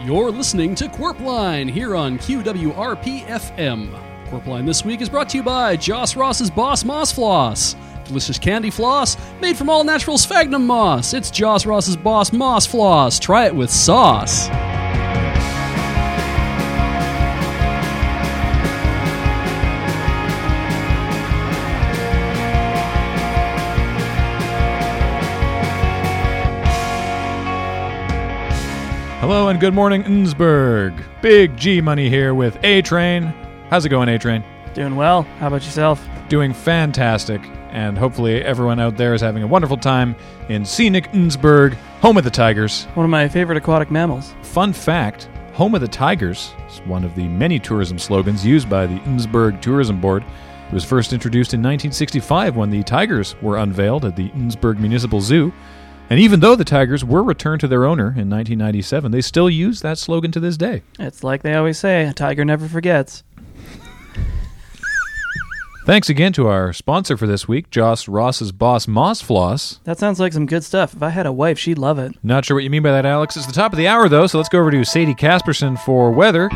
You're listening to Quirpline here on QWRP FM. Quirpline this week is brought to you by Joss Ross's Boss Moss Floss. Delicious candy floss made from all natural sphagnum moss. It's Joss Ross's Boss Moss Floss. Try it with sauce. Hello and good morning, Innsbruck. Big G Money here with A Train. How's it going, A Train? Doing well. How about yourself? Doing fantastic, and hopefully everyone out there is having a wonderful time in scenic Innsbruck, home of the Tigers. One of my favorite aquatic mammals. Fun fact Home of the Tigers is one of the many tourism slogans used by the Innsbruck Tourism Board. It was first introduced in 1965 when the Tigers were unveiled at the Innsbruck Municipal Zoo. And even though the Tigers were returned to their owner in 1997, they still use that slogan to this day. It's like they always say, a tiger never forgets. Thanks again to our sponsor for this week, Joss Ross's boss, Moss Floss. That sounds like some good stuff. If I had a wife, she'd love it. Not sure what you mean by that, Alex. It's the top of the hour, though, so let's go over to Sadie Casperson for weather.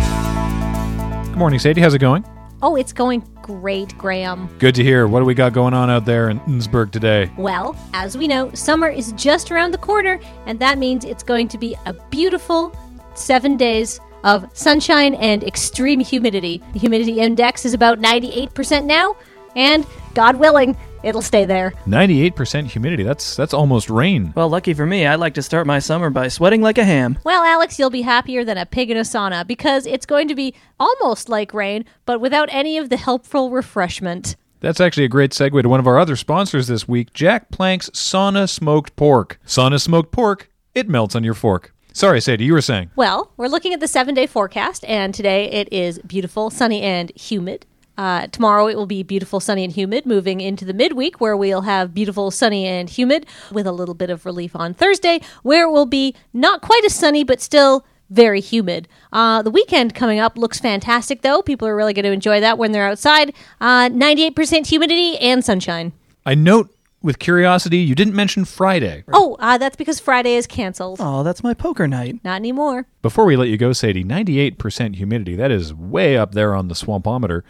Good morning, Sadie. How's it going? Oh, it's going great, Graham. Good to hear. What do we got going on out there in Innsbruck today? Well, as we know, summer is just around the corner, and that means it's going to be a beautiful seven days of sunshine and extreme humidity. The humidity index is about 98% now, and God willing, it'll stay there. 98% humidity. That's that's almost rain. Well, lucky for me, I like to start my summer by sweating like a ham. Well, Alex, you'll be happier than a pig in a sauna because it's going to be almost like rain, but without any of the helpful refreshment. That's actually a great segue to one of our other sponsors this week, Jack Plank's Sauna Smoked Pork. Sauna Smoked Pork, it melts on your fork. Sorry, Sadie, you were saying. Well, we're looking at the seven day forecast, and today it is beautiful, sunny, and humid. Uh, tomorrow it will be beautiful, sunny, and humid, moving into the midweek where we'll have beautiful, sunny, and humid with a little bit of relief on Thursday where it will be not quite as sunny but still very humid. Uh, the weekend coming up looks fantastic though. People are really going to enjoy that when they're outside. Uh, 98% humidity and sunshine. I note with curiosity you didn't mention Friday. Oh, uh, that's because Friday is canceled. Oh, that's my poker night. Not anymore. Before we let you go, Sadie, 98% humidity. That is way up there on the swampometer.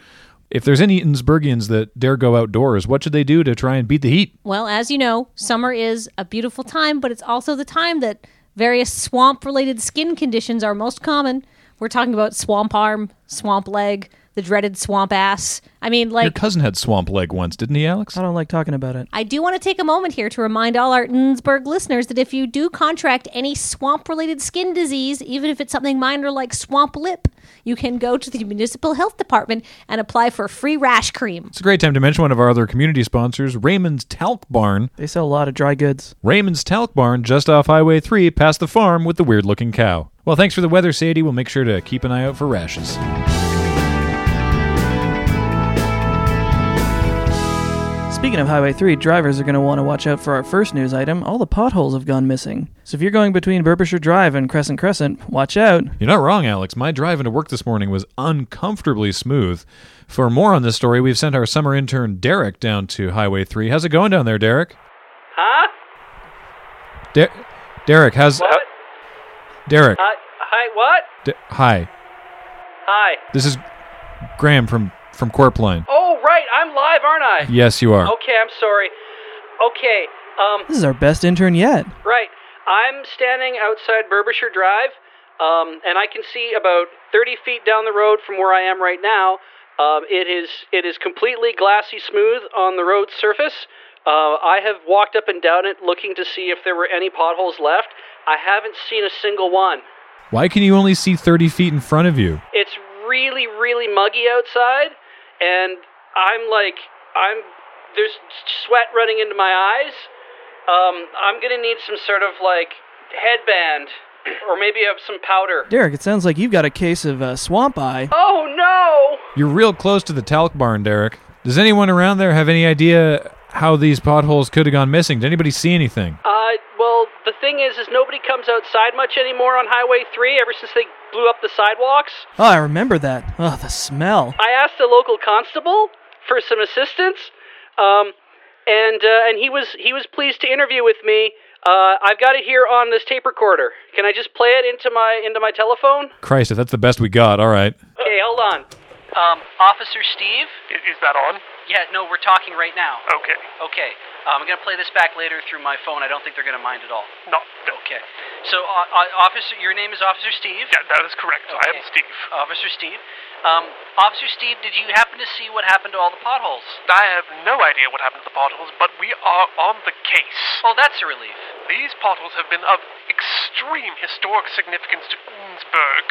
If there's any Innsbruckians that dare go outdoors, what should they do to try and beat the heat? Well, as you know, summer is a beautiful time, but it's also the time that various swamp related skin conditions are most common. We're talking about swamp arm, swamp leg, the dreaded swamp ass. I mean, Your like, cousin had swamp leg once, didn't he, Alex? I don't like talking about it. I do want to take a moment here to remind all our Innsbruck listeners that if you do contract any swamp related skin disease, even if it's something minor like swamp lip, you can go to the municipal health department and apply for free rash cream. It's a great time to mention one of our other community sponsors, Raymond's Talc Barn. They sell a lot of dry goods. Raymond's Talc Barn, just off Highway 3, past the farm with the weird looking cow. Well, thanks for the weather, Sadie. We'll make sure to keep an eye out for rashes. Speaking of Highway 3, drivers are going to want to watch out for our first news item. All the potholes have gone missing. So if you're going between Burbishire Drive and Crescent Crescent, watch out. You're not wrong, Alex. My drive into work this morning was uncomfortably smooth. For more on this story, we've sent our summer intern, Derek, down to Highway 3. How's it going down there, Derek? Huh? Der- Derek, how's. What? Derek, Hi, hi, what? De- hi. Hi. This is Graham from, from Corpline. Oh, right, I'm live, aren't I? Yes, you are. Okay, I'm sorry. Okay, um, This is our best intern yet. right. I'm standing outside Burbishire Drive, um, and I can see about 30 feet down the road from where I am right now. Um, it is it is completely glassy smooth on the road surface. Uh, I have walked up and down it looking to see if there were any potholes left. I haven't seen a single one. Why can you only see 30 feet in front of you? it's really really muggy outside and i'm like i'm there's sweat running into my eyes um, i'm gonna need some sort of like headband or maybe of some powder Derek, it sounds like you've got a case of uh, swamp eye. oh no You're real close to the talc barn, Derek. Does anyone around there have any idea how these potholes could have gone missing? Did anybody see anything? uh, well the thing is is nobody comes outside much anymore on highway 3 ever since they blew up the sidewalks Oh, I remember that. Oh, the smell. I asked the local constable for some assistance, um, and uh, and he was he was pleased to interview with me. Uh, I've got it here on this tape recorder. Can I just play it into my into my telephone? Christ, if that's the best we got, all right. Okay, hold on. Um, Officer Steve. Is, is that on? Yeah, no, we're talking right now. Okay. Okay, um, I'm gonna play this back later through my phone. I don't think they're gonna mind at all. No. no. Okay. So, uh, uh, officer, your name is Officer Steve. Yeah, that is correct. I am Okay. Steve. Officer Steve. Um, officer Steve, did you happen to see what happened to all the potholes? I have no idea what happened to the potholes, but we are on the case. Oh, that's a relief. These potholes have been of extreme historic significance to Innsbruck,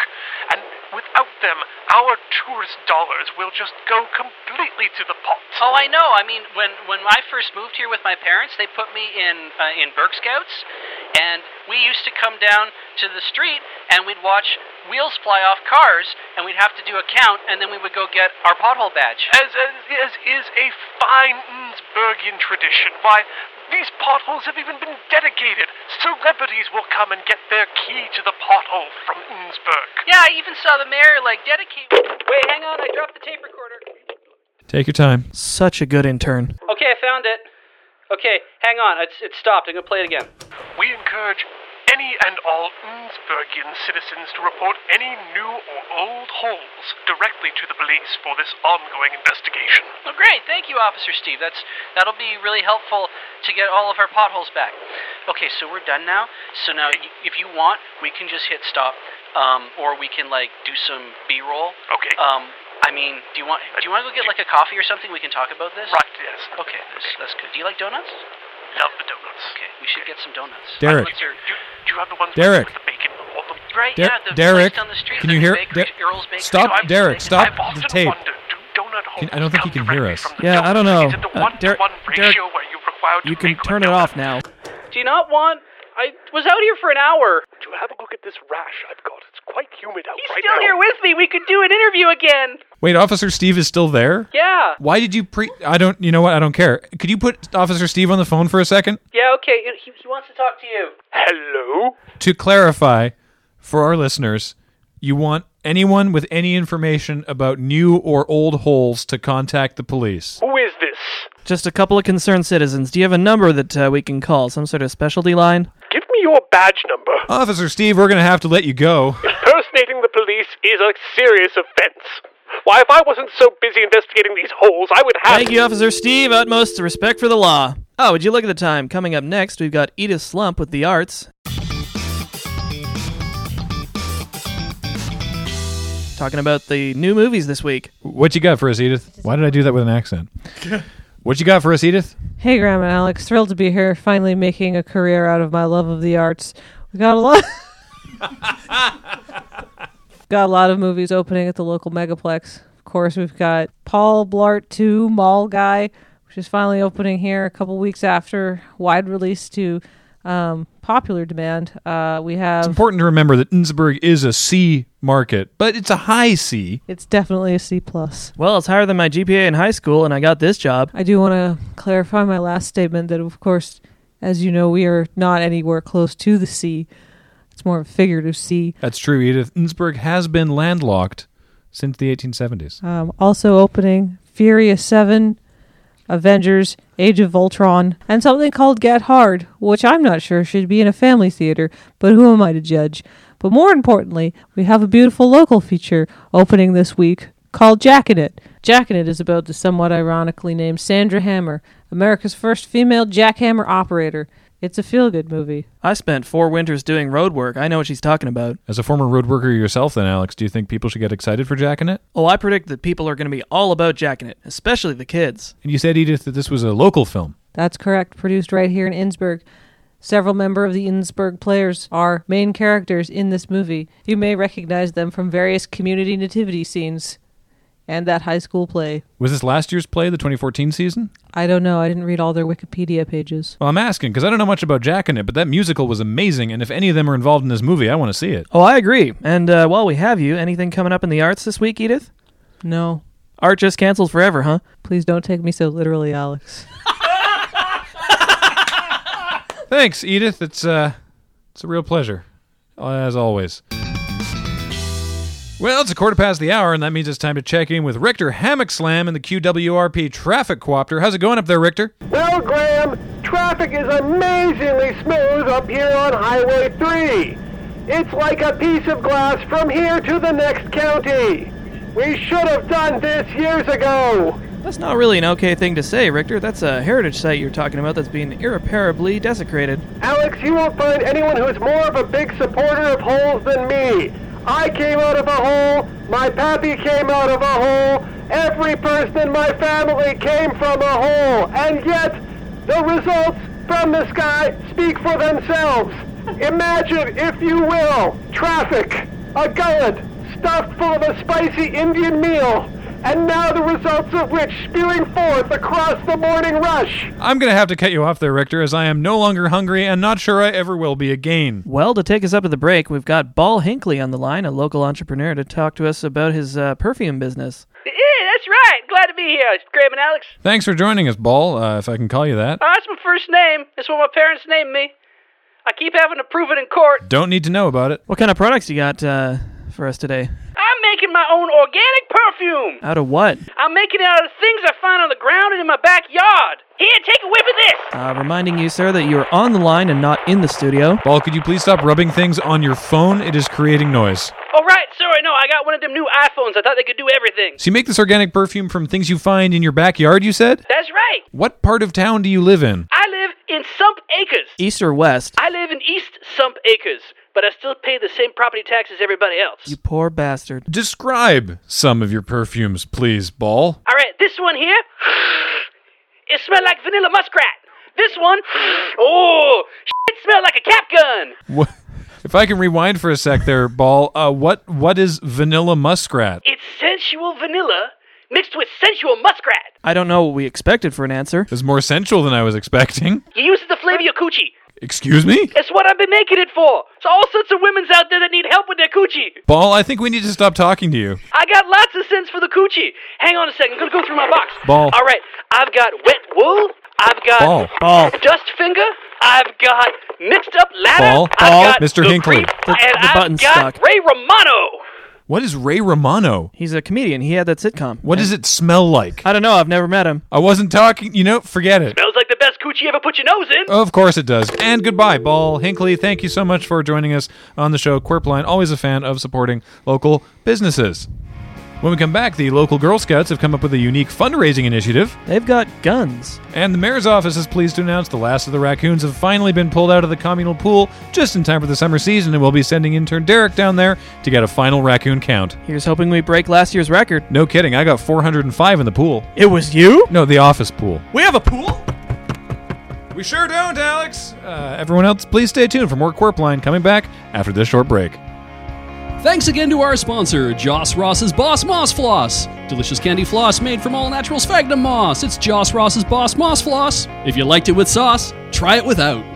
and without them, our tourist dollars will just go completely to the pot. Oh, I know. I mean, when when I first moved here with my parents, they put me in uh, in Berg Scouts, and we used to come down to the street and we'd watch wheels fly off cars, and we'd have to do a count, and then we would go get our pothole badge. As, as, as is a fine Innsbruckian tradition, why, these potholes have even been dedicated. Celebrities will come and get their key to the pothole from Innsbruck. Yeah, I even saw the mayor like dedicate. Wait, hang on. I dropped the tape recorder. Take your time. Such a good intern. Okay, I found it. Okay, hang on. It's it stopped. I'm gonna play it again. We encourage any and all Innsbruckian citizens to report any new or old holes directly to the police for this ongoing investigation. Well, great. Thank you, Officer Steve. That's that'll be really helpful to get all of our potholes back. Okay, so we're done now. So now, y- if you want, we can just hit stop, um, or we can like do some B-roll. Okay. Um, I mean, do you want do you want to go get like a coffee or something? We can talk about this. Right, yes. Okay, that's, that's good. Do you like donuts? Love the donuts. Okay, we should get some donuts. Derek. What's your- Do, do you have the ones Derek. with the bacon on them? Right, Der- yeah, the Derek, place down the street. can there's you hear- a bakery, Der- Earl's Bakery. stop, I'm- Derek, stop. I've often the tape. wondered, do donut holes I don't think he can come hear us. directly from the Yeah, I don't donut? know. Is it the Uh, one-to-one Derek- ratio where you're required to You can make turn it a donut? off now. Do you not want? I was out here for an hour. Do have a look at this rash I've got. It's quite humid out He's right still now. here with me. We could do an interview again. Wait, Officer Steve is still there? Yeah. Why did you pre? I don't. You know what? I don't care. Could you put Officer Steve on the phone for a second Yeah, okay. He, he wants to talk to you. Hello? to clarify for our listeners? You want anyone with any information about new or old holes to contact the police. Who is this? Just a couple of concerned citizens. Do you have a number that uh, we can call? Some sort of specialty line? Give me your badge number. Officer Steve, we're gonna have to let you go. Impersonating the police is a serious offense. Why, if I wasn't so busy investigating these holes, I would have. Thank you, Officer Steve. Utmost respect for the law. Oh, would you look at the time? Coming up next, we've got Edith Slump with the arts. Talking about the new movies this week. What you got for us, Edith? Why did I do that with an accent? What you got for us, Edith? Hey, Graham and Alex. Thrilled to be here, finally making a career out of my love of the arts. We got a lot. got a lot of movies opening at the local megaplex. Of course, we've got Paul Blart 2 Mall Guy, which is finally opening here a couple weeks after wide release to um, popular demand. Uh, we It's have important to remember that Innsbruck is a C market, but it's a high C. it's definitely a C plus. Well, it's higher than my GPA in high school, and I got this job. I do want to clarify my last statement that, of course, as you know, we are not anywhere close to the sea. It's more of a figurative sea. That's true, Edith. Innsbruck has been landlocked since the 1870s. Um, also opening Furious 7, Avengers, Age of Voltron, and something called Get Hard, which I'm not sure should be in a family theater, but who am I to judge? But more importantly, we have a beautiful local feature opening this week called Jackin' It. Jackin' It is about the somewhat ironically named Sandra Hammer, America's first female jackhammer operator. It's a feel good movie. I spent four winters doing road work. I know what she's talking about. As a former road worker yourself, then, Alex, do you think people should get excited for jacking it? Oh, I predict that people are going to be all about jacking it, especially the kids. And you said, Edith, that this was a local film. That's correct. Produced right here in Innsbruck. Several member of the Innsbruck players are main characters in this movie. You may recognize them from various community nativity scenes and that high school play. Was this last year's play, the 2014 season? I don't know. I didn't read all their Wikipedia pages. Well, I'm asking because I don't know much about jacking it, but that musical was amazing, and if any of them are involved in this movie, I want to see it. Oh, I agree. And uh, while we have you, anything coming up in the arts this week, Edith? No. Art just canceled forever, huh? Please don't take me so literally, Alex. Thanks, Edith. It's uh, it's a real pleasure, uh, as always. Well, it's a quarter past the hour, and that means it's time to check in with Richter Hammock Slam in the QWRP Traffic Copter. How's it going up there, Richter? Well, Graham, traffic is amazingly smooth up here on Highway 3. It's like a piece of glass from here to the next county. We should have done this years ago. That's not really an okay thing to say, Richter. That's a heritage site you're talking about that's being irreparably desecrated. Alex, you won't find anyone who's more of a big supporter of holes than me. I came out of a hole, my pappy came out of a hole, every person in my family came from a hole, and yet the results from the sky speak for themselves. Imagine, if you will, traffic, a gullet stuffed full of a spicy Indian meal, and now the results of which spewing forth across the morning rush. I'm going to have to cut you off there, Richter, as I am no longer hungry and not sure I ever will be again. Well, to take us up to the break, we've got Ball Hinkley on the line, a local entrepreneur, to talk to us about his uh, perfume business. Yeah, that's right. Glad to be here. It's Graham and Alex. Thanks for joining us, Ball, uh, if I can call you that. Oh, that's my first name. That's what my parents named me. I keep having to prove it in court. Don't need to know about it. What kind of products you got uh, for us today? I'm making my own organic perfume. Out of what? I'm making it out of things I find on the ground and in my backyard. Here, take a whiff of this. Uh, reminding you, sir, that you are on the line and not in the studio. Ball, could you please stop rubbing things on your phone? It is creating noise. Oh, right. Sorry, no, I got one of them new iPhones. I thought they could do everything. So you make this organic perfume from things you find in your backyard, you said? That's right. What part of town do you live in? I live in Sump Acres. East or west? I live in East Sump Acres, but I still pay the same property tax as everybody else. You poor bastard. Describe some of your perfumes, please, Ball. All right, this one here, it smells like vanilla muskrat. This one, oh, it smells like a cap gun. What? If I can rewind for a sec there, Ball, uh, what what is vanilla muskrat? It's sensual vanilla mixed with sensual muskrat. I don't know what we expected for an answer. It's more sensual than I was expecting. You use it to flavor your coochie. Excuse me? It's what I've been making it for. It's all sorts of women's out there that need help with their coochie. Ball, I think we need to stop talking to you. I got lots of scents for the coochie. Hang on a second. I'm gonna go through my box. Ball. All right. I've got wet wool. I've got Ball. Ball. dust finger. I've got mixed up ladder. Ball. I've Ball. got Mr. The Hinckley. Creep, The- and the button's I've got stuck. Ray Romano. What is Ray Romano? He's a comedian. He had that sitcom. What does it smell like? I don't know. I've never met him. I wasn't talking, you know, forget it. Smells like the best coochie you ever put your nose in. Of course it does. And goodbye, Ball Hinkley. Thank you so much for joining us on the show. Quirpline, always a fan of supporting local businesses. When we come back, the local Girl Scouts have come up with a unique fundraising initiative, They've got guns. and the mayor's office is pleased to announce the last of the raccoons have finally been pulled out of the communal pool just in time for the summer season, and we'll be sending intern Derek down there to get a final raccoon count. Here's hoping we break last year's record. No kidding, I got 405 in the pool. It was you? No, the office pool. We have a pool? We sure don't, Alex. Uh, everyone else, please stay tuned for more Quirpline coming back after this short break. Thanks again to our sponsor, Joss Ross's Boss Moss Floss. Delicious candy floss made from all natural sphagnum moss. It's Joss Ross's Boss Moss Floss. If you liked it with sauce, try it without.